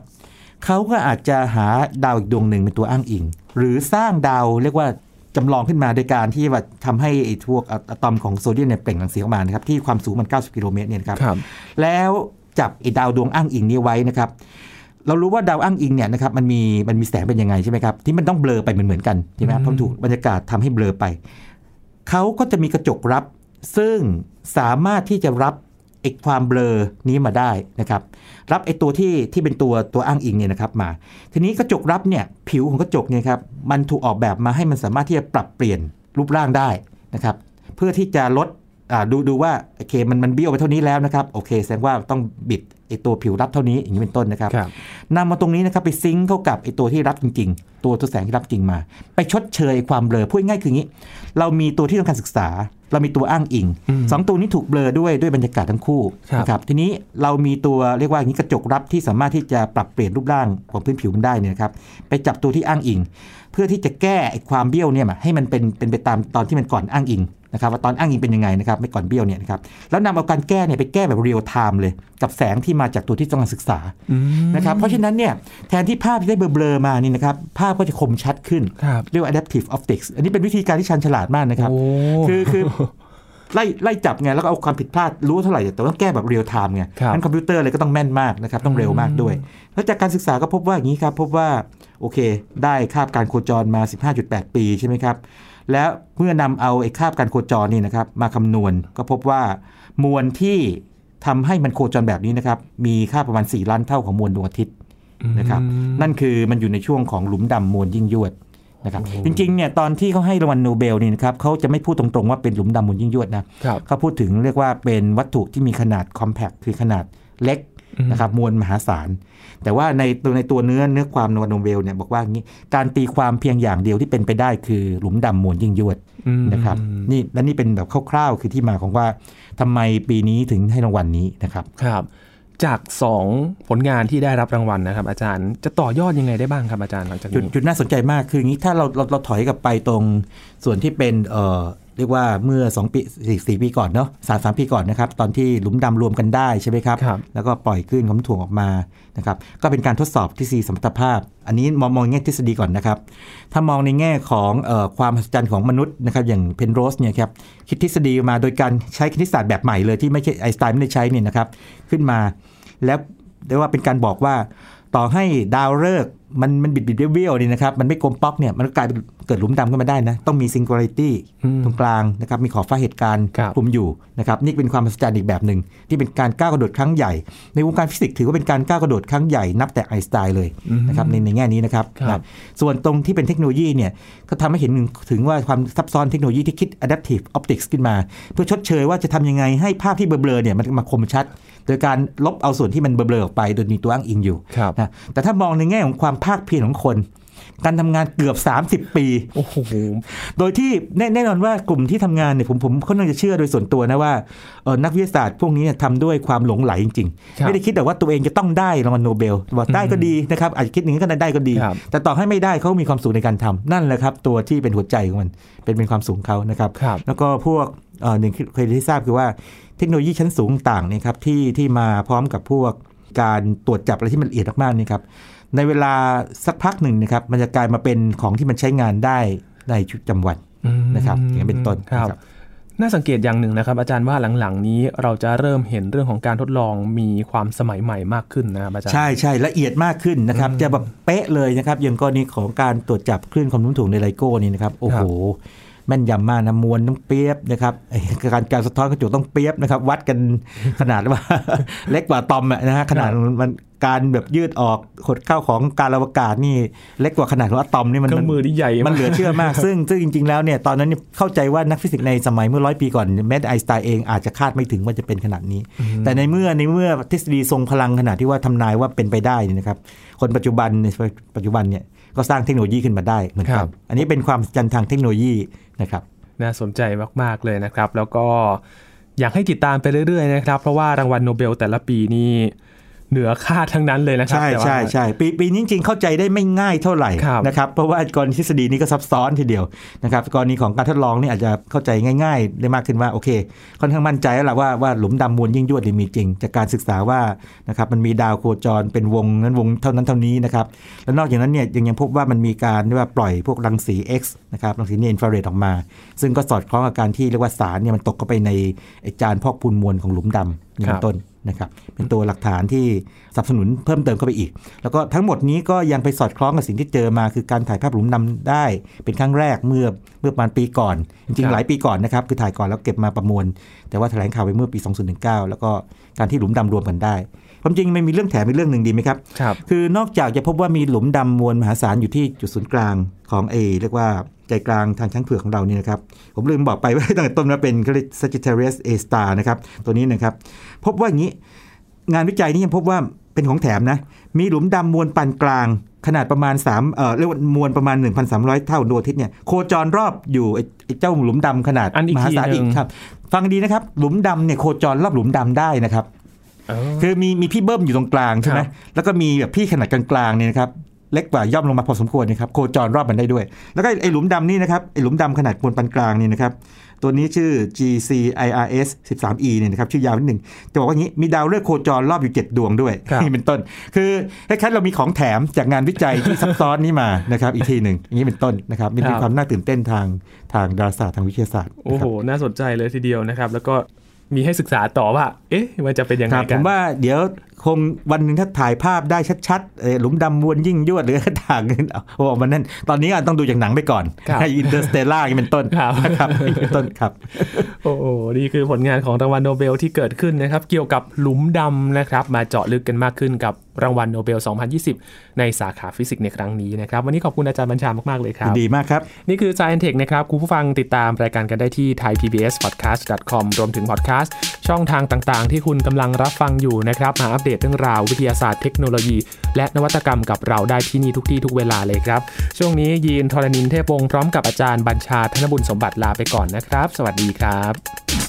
Speaker 2: เขาก็อาจจะหาดาวอีกดวงหนึ่งเป็นตัวอ้างอิง หรือสร้างดาวเรียกว่าจำลองขึ้นมาโดยการที่ว่าทำให้ไอ้พวกอะอะตอมของโซเดียมเนี่ยเปล่งรังสีออกมานะครับ ที่ความสูงมัน 90 กิโลเมตรเนี่ยนะครับ
Speaker 1: ครับ
Speaker 2: แล้วจับไอ้ดาวดวงอ้างอิงนี้ไว้นะครับ เรารู้ว่าดาวอ้างอิงเนี่ยนะครับมันมีมันมีแสงเป็นยังไงใช่ไหมครับ ที่มันต้องเบลอไปเหมือนเหมือนๆกันใช่ไหมครับเพราะถูกบรรยากาศทำให้เบลอไป เขาก็จะมีกระจกรับ ซึ่งสามารถที่จะรับไอ้ความเบลอนี้มาได้นะครับ รับไอ้ตัวที่ที่เป็นตัวตัวอ้างอิงเนี่ยนะครับมา ทีนี้กระจกรับเนี่ยผิวของกระจกเนี่ยครับมันถูกออกแบบมาให้มันสามารถที่จะปรับเปลี่ยนรูปร่างได้นะครับ เพื่อที่จะลดอ่าดูดูว่าโอเคมันมันเบี้ยวไปเท่านี้แล้วนะครับโอเค แสดงว่าต้องบิดไอตัวผิวรับเท่านี้อย่างนี้เป็นต้นนะครับ
Speaker 1: ครับ
Speaker 2: นำมาตรงนี้นะครับไปซิงค์เข้ากับไอตัวที่รับจริง ๆ ตัวตัวแสงที่รับจริงมา ไปชดเชยความเบลอพูดง่ายๆคืออย่างนี้ เรามีตัวที่ต้องการศึกษา เรามีตัวอ้างอิง
Speaker 1: อืม
Speaker 2: สองตัวนี้ถูกเบลอด้วยด้วยบรรยากาศทั้งคู่
Speaker 1: ครับ
Speaker 2: นะครับทีนี้เรามีตัวเรียกว่าอย่างนี้กระจกรับที่สามารถที่จะปรับเปลี่ยนรูปร่างของพื้นผิวมันได้เนี่ยนะครับไปจับตัวที่อ้างอิง เพื่อที่จะแก้ไอ้ความเบี้ยวเนี่ยมาให้มันเป็นเป็นไปตามตอนที่มันก่อนอ้างอิงนะครับว่าตอนอ้างอิงเป็นยังไงนะครับไม่ก่อนเบี้ยวเนี่ยนะครับแล้วนำเอาการแก้เนี่ยไปแก้แบบเรียลไทม์เลย กับแสงที่มาจากตัวที่ต้องการศึกษา
Speaker 1: อืม
Speaker 2: นะครับเพราะฉะนั้นเนี่ยแทนที่ภาพที่ได้เบลอๆมานี่นะครับภาพก็จะคมชัดขึ้น
Speaker 1: ครับ
Speaker 2: เรียกว่า adaptive optics อันนี้เป็นวิธีการที่ชันฉลาดมากนะครับ
Speaker 1: โอ้
Speaker 2: คือคือ ไล่ไล่จับไงแล้วก็เอาความผิดพลาดรู้เท่าไหร่ แต่ต้องแก้แบบเรียลไทม์ไง
Speaker 1: ครับ
Speaker 2: นั้นคอมพิวเตอร์เลยก็ต้องแม่นมากนะครับ ต้องเร็วมากด้วย แล้วจากการศึกษาก็พบว่าอย่างนี้ครับ พบว่า โอเค ได้คาบการโคจรมา 15.8 ปีใช่ไหมครับ แล้วเมื่อนำเอาไอ้คาบการโคจรนี่นะครับมาคำนวณก็พบว่ามวลที่ทำให้มันโคจรแบบนี้นะครับมีค่าประมาณ 4 ล้านเท่าของมวลดวงอาทิตย์ นะครับนั่นคือมันอยู่ในช่วงของหลุมดำมวลยิ่งยวดนะครับจริงๆเนี่ยตอนที่เขาให้รางวัลโนเบลนี่นะครับเขาจะไม่พูดตรงๆว่าเป็นหลุมดำมวลยิ่งยวดนะครับ เขาพูดถึงเรียกว่าเป็นวัตถุที่มีขนาดคอมแพคคือขนาดเล็ก
Speaker 1: อืม
Speaker 2: นะครับมวลมหาศาล แต่ว่าในตัวในตัวเนื้อเนื้อความรางวัลโนเบลเนี่ยบอกว่าอย่างนี้การตีความเพียงอย่างเดียวที่เป็นไปได้คือหลุมดำมวลยิ่งยวด
Speaker 1: อืม
Speaker 2: นะครับนี่และนี่เป็นแบบคร่าวๆ คือที่มาของว่าทำไมปีนี้ถึงให้รางวัลนี้นะครับ
Speaker 1: ครับ จาก 2 ผลงานที่ได้รับรางวัลนะครับ อาจารย์จะต่อยอดยังไงได้บ้างครับอาจารย์หลังจาก
Speaker 2: จุด
Speaker 1: นี้
Speaker 2: จุดน่าสนใจมากคืออย่างนี้ถ้าเราเราเราถอยกลับไปตรงส่วนที่เป็นเอ่อเรียกว่าเมื่อ 2 ปีสี่สี่ปีก่อนเนาะสามสามปีก่อนนะครับ ตอนที่หลุมดำรวมกันได้ใช่ไหมครับ
Speaker 1: ครับ
Speaker 2: แล้วก็ปล่อยคลื่นความถ่วงออกมานะครับก็เป็นการทดสอบทฤษฎีสมรรถภาพ อันนี้มองมองในแง่ทฤษฎีก่อนนะครับ ถ้ามองในแง่ของเออความมหัศจรรย์ของมนุษย์นะครับอย่างเพนโรสเนี่ยครับคิดทฤษฎีมาโดยการใช้คณิตศาสตร์แบบใหม่เลยที่ไม่ใช่ไอน์สไตน์ไม่ได้ใช้เนี่ยนะครับขึ้นมา แล้วเรียกว่าเป็นการบอกว่า ต่อให้ดาวฤกษ์มันมันบิดบิดๆเบี้ยวๆนี่นะครับมันไม่กลมป๊อกเนี่ยมันก็กลายเป็นเกิดหลุมดำขึ้นมาได้นะต้องมีซิงคูลิตี้
Speaker 1: อืม
Speaker 2: ตรงกลางนะครับมีขอบฟ้าเหตุการณ์
Speaker 1: ครับ
Speaker 2: คลุมอยู่นะครับนี่เป็นความมหัศจรรย์อีกแบบหนึ่งที่เป็นการก้าวกระโดดครั้งใหญ่ ในวงการฟิสิกส์ถือว่าเป็นการก้าวกระโดดครั้งใหญ่นับแต่ไอน์สไตน์เลย
Speaker 1: อืม
Speaker 2: นะครับในในแง่นี้นะครับ
Speaker 1: ครับ
Speaker 2: นะส่วนตรงที่เป็นเทคโนโลยีเนี่ยก็ทำให้เห็นถึงว่าความซับซ้อนเทคโนโลยีที่คิด adaptive optics ขึ้นมา เพื่อชดเชยว่าจะทำยังไงให้ภาพที่เบลอๆเนี่ยมันมาคมชัด โดยการลบเอาส่วนที่มันเบลอๆออกไปโดยมีตัวอ้างอิงอยู่
Speaker 1: ครับ
Speaker 2: นะแต่ถ้ามองในแง่ของความภาคเพียรของคน การทำงานเกือบ 30 ปี
Speaker 1: โอ้โห
Speaker 2: โดยที่แน่แน่นอนว่ากลุ่มที่ทำงานเนี่ยผมผมค่อนข้างจะเชื่อโดยส่วนตัวนะว่าเอ่อนักวิทยาศาสตร์พวกนี้เนี่ยทำด้วยความหลงไหลจริง
Speaker 1: ครับ
Speaker 2: ๆไม่ได้คิดแต่ว่าตัวเองจะต้องได้รางวัลโนเบลว่าได้ก็ดีนะครับอาจจะคิดอย่างนี้ก็ได้ก็ดี
Speaker 1: ครับ
Speaker 2: แต่ต่อให้ไม่ได้เขามีความสุขในการทำนั่นแหละครับ ตัวที่เป็นหัวใจของมันเป็นเป็นความสูงเขานะครับ
Speaker 1: ครับ
Speaker 2: แล้วก็พวกเอ่อหนึ่งเคยได้ทราบคือว่าเทคโนโลยีชั้นสูงต่างเนี่ยครับที่ที่มาพร้อมกับพวกการตรวจจับอะไรที่มันละเอียดมากๆเนี่ยครับในเวลาสักพักหนึ่งนะครับมันจะกลายมาเป็นของที่มันใช้งานได้ในชีวิตประจำวัน
Speaker 1: อืม
Speaker 2: นะครับอย่างนี้เป็นต้น
Speaker 1: ครับ
Speaker 2: นะครับ
Speaker 1: น่าสังเกตอย่างหนึ่งนะครับ อาจารย์ว่าหลังๆ นี้เราจะเริ่มเห็นเรื่องของการทดลองมีความสมัยใหม่มากขึ้นนะครับอาจารย์
Speaker 2: ใช่ใช่ละเอียดมากขึ้นนะครับ จะแบบเป๊ะเลยนะครับอย่างกรณีของการตรวจจับคลื่นความโน้มถ่วงในไลโก้นี่นะครับโอ้โห แม่นยำมากนะมวลต้องเปียบนะครับไอ้การการสะท้อนกระจกต้องเปียบนะครับ วัดกัน ขนาดว่า เล็กกว่าตอมอะนะฮะขนาดมันการแบบยืดออกขดเข้าของการอวกาศนี่ เล็กกว่าขนาดของอะตอมนี่มัน
Speaker 1: เครื่
Speaker 2: มั
Speaker 1: อง
Speaker 2: น
Speaker 1: มือที่ใหญ่
Speaker 2: มัน
Speaker 1: มาก
Speaker 2: เหลือเชื่อมาก ซึ่งซึ่งจริง ๆ แล้วเนี่ย ตอนนั้นเนี่ยเข้าใจว่านักฟิสิกส์ในสมัยเมื่อร้อยปีก่อนแม้แต่ไอน์สไตน์เองอาจจะคาดไม่ถึงว่าจะเป็นขนาดนี้ แต่ในเมื่อในเมื่อทฤษฎีทรงพลังขนาดที่ว่าทำนายว่าเป็นไปได้เนี่ยนะครับ คนปัจจุบันในปัจจุบันเนี่ยก็สร้างเทคโนโลยีขึ้นมาได้เหมือน
Speaker 1: ค
Speaker 2: กั
Speaker 1: รั
Speaker 2: น
Speaker 1: บ
Speaker 2: อันนี้เป็นความจันทร์ทางเทคโนโลยีนะครับ
Speaker 1: น่าสนใจมาก ๆ เลยนะครับ แล้วก็อยากให้ติดตามไปเรื่อย ๆ นะครับ เพราะว่ารางวัลโนเบลแต่ละปีนี่เหนือคาดทั้งนั้นเลยนะครับ
Speaker 2: ใช่
Speaker 1: แต่ว่า
Speaker 2: ใช่ใช่ปีปีนี้จริงๆเข้าใจได้ไม่ง่ายเท่าไหร่
Speaker 1: ครับ
Speaker 2: นะครับเพราะว่ากรณีทฤษฎีนี้ก็ซับซ้อนทีเดียวนะครับกรณีของการทดลองนี่อาจจะเข้าใจง่าย ๆ ได้มากขึ้นว่าโอเค ค่อนข้างมั่นใจแล้วล่ะว่าว่าหลุมดำมวลยิ่งยวดนี่มีจริง จากการศึกษาว่านะครับมันมีดาวโคจรเป็นวงนั้นวงเท่านั้นเท่านี้นะครับและนอกจากนั้นเนี่ยยังยังพบว่ามันมีการเรียกว่าปล่อยพวกรังสี X นะครับรังสีเนนฟราเรดออกมา ซึ่งก็สอดคล้องกับการที่เรียกว่าสารเนี่ยมันตกเข้าไปในไอ้จานพอกพูนมวลของหลุมดำนี่
Speaker 1: ครับ
Speaker 2: เป็นต้น นะครับเป็นตัวหลักฐานที่สนับสนุนเพิ่มเติมเข้าไปอีก แล้วก็ทั้งหมดนี้ก็ยังไปสอดคล้องกับสิ่งที่เจอมา คือการถ่ายภาพหลุมดำได้ เป็นครั้งแรกเมื่อเมื่อประมาณปีก่อน จริ
Speaker 1: ครั
Speaker 2: ง
Speaker 1: บ
Speaker 2: ๆ หลายปีก่อนนะครับ คือถ่ายก่อนแล้วเก็บมาประมวล แต่ว่าแถลงข่าวไปเมื่อปี 2019 แล้วก็การที่หลุมดำรวมกันได้ความจริงมันมีเรื่องแถมอีกเรื่องหนึ่งดีไหมครับ
Speaker 1: ครับ
Speaker 2: คือนอกจากจะพบว่ามีหลุมดำมวลมหาศาลอยู่ที่จุดศูนย์กลางของเอเรียกว่าใจกลางทางช้างเผือกของเราเนี่ยนะครับ ผมลืมบอกไปว่า ตั้งแต่ต้นว่าเป็น Sagittarius A star นะครับตัวนี้นะครับ พบว่าอย่างนี้ งานวิจัยนี้ยังพบว่าเป็นของแถมนะ มีหลุมดำมวลปานกลาง ขนาดประมาณ3เอ่อเรียกว่ามวลประมาณ 1,300 เท่าดวงอาทิตย์เนี่ยโคจรรอบอยู่ไอ้ไอ้เจ้าหลุมดำขนาด
Speaker 1: อันอีก
Speaker 2: มหาศาล
Speaker 1: ทีหนึ่
Speaker 2: อี
Speaker 1: ง
Speaker 2: กครับฟังดีนะครับหลุมดำเนี่ยโคจรรอบหลุมดำได้นะครับ
Speaker 1: เออ
Speaker 2: คือมีมีพี่เบิ้มอยู่ตรงกลางใช่ไหม
Speaker 1: ครับ แล้ว
Speaker 2: แล้วก็มีแบบพี่ขนาดกลางๆเนี่ยนะครับเล็กกว่าย่อมลงมาพอสมควรนะครับโคจรรอบมันได้ด้วย แล้วก็ไอ้หลุมดำนี่นะครับไอ้หลุมดำขนาดมวลปานกลางนี่นะครับตัวนี้ชื่อ GCIRS 13E เนี่ยนะครับชื่อยาวนิดหนึ่งจะบอกว่าอย่างนี้มีดาวฤกษ์โคจรรอบอยู่ 7 ดวงด้วย
Speaker 1: ครับ
Speaker 2: นี่เป็นต้น คือคล้ายๆเรามีของแถมจากงานวิจัยที่ซับซ้อนนี้มานะครับอีกทีหนึ่งอย่างนี้เป็นต้นนะครับนี่เป็นความน่าตื่นเต้นทางทางดาราศาสตร์ทางวิทยาศาสตร์
Speaker 1: โอ้
Speaker 2: นะค
Speaker 1: โห
Speaker 2: รับ
Speaker 1: น่าสนใจเลยทีเดียวนะครับ แล้วก็มีให้ศึกษาต่อว่า เอ๊ะมันจะเป็นยังไง
Speaker 2: ครับ
Speaker 1: กั
Speaker 2: ผ
Speaker 1: น
Speaker 2: มว่าเดี๋ยวคงวันหนึ่งถ้าถ่ายภาพได้ชัดๆเอ่อหลุมดำมวลยิ่งยวด หรืออะไรต่างๆเอาเอาออกมานั่นตอนนี้อาจต้องดูจากหนังไปก่อน
Speaker 1: ครับ
Speaker 2: อินเตอร์สเตลล่าเป็นต้น
Speaker 1: ครับ
Speaker 2: นะครับเป็นต้นครับ
Speaker 1: โอ้โห นี่คือผลงานของรางวัลโนเบลที่เกิดขึ้นนะครับ เกี่ยวกับหลุมดำนะครับ มาเจาะลึกกันมากขึ้นกับรางวัลโนเบล 2020 ในสาขาฟิสิกส์ในครั้งนี้นะครับ วันนี้ขอบคุณอาจารย์บัญชามาก ๆ เลยครับ
Speaker 2: ดีมากครับ
Speaker 1: นี่คือ Science Tech นะครับ คุณผู้ฟังติดตามรายการกันได้ที่ thaipbspodcast.com รวมถึง podcast ช่องทางต่างๆ ที่คุณกำลังรับฟังอยู่นะครับ มาอัปเดตเรื่องราว วิทยาศาสตร์เทคโนโลยี และนวัตกรรมกับเราได้ที่นี่ทุกที่ทุกเวลาเลยครับ ช่วงนี้ยีนทรณินเทพวงศ์พร้อมกับอาจารย์บัญชาธนบุญสมบัติลาไปก่อนนะครับ สวัสดีครับ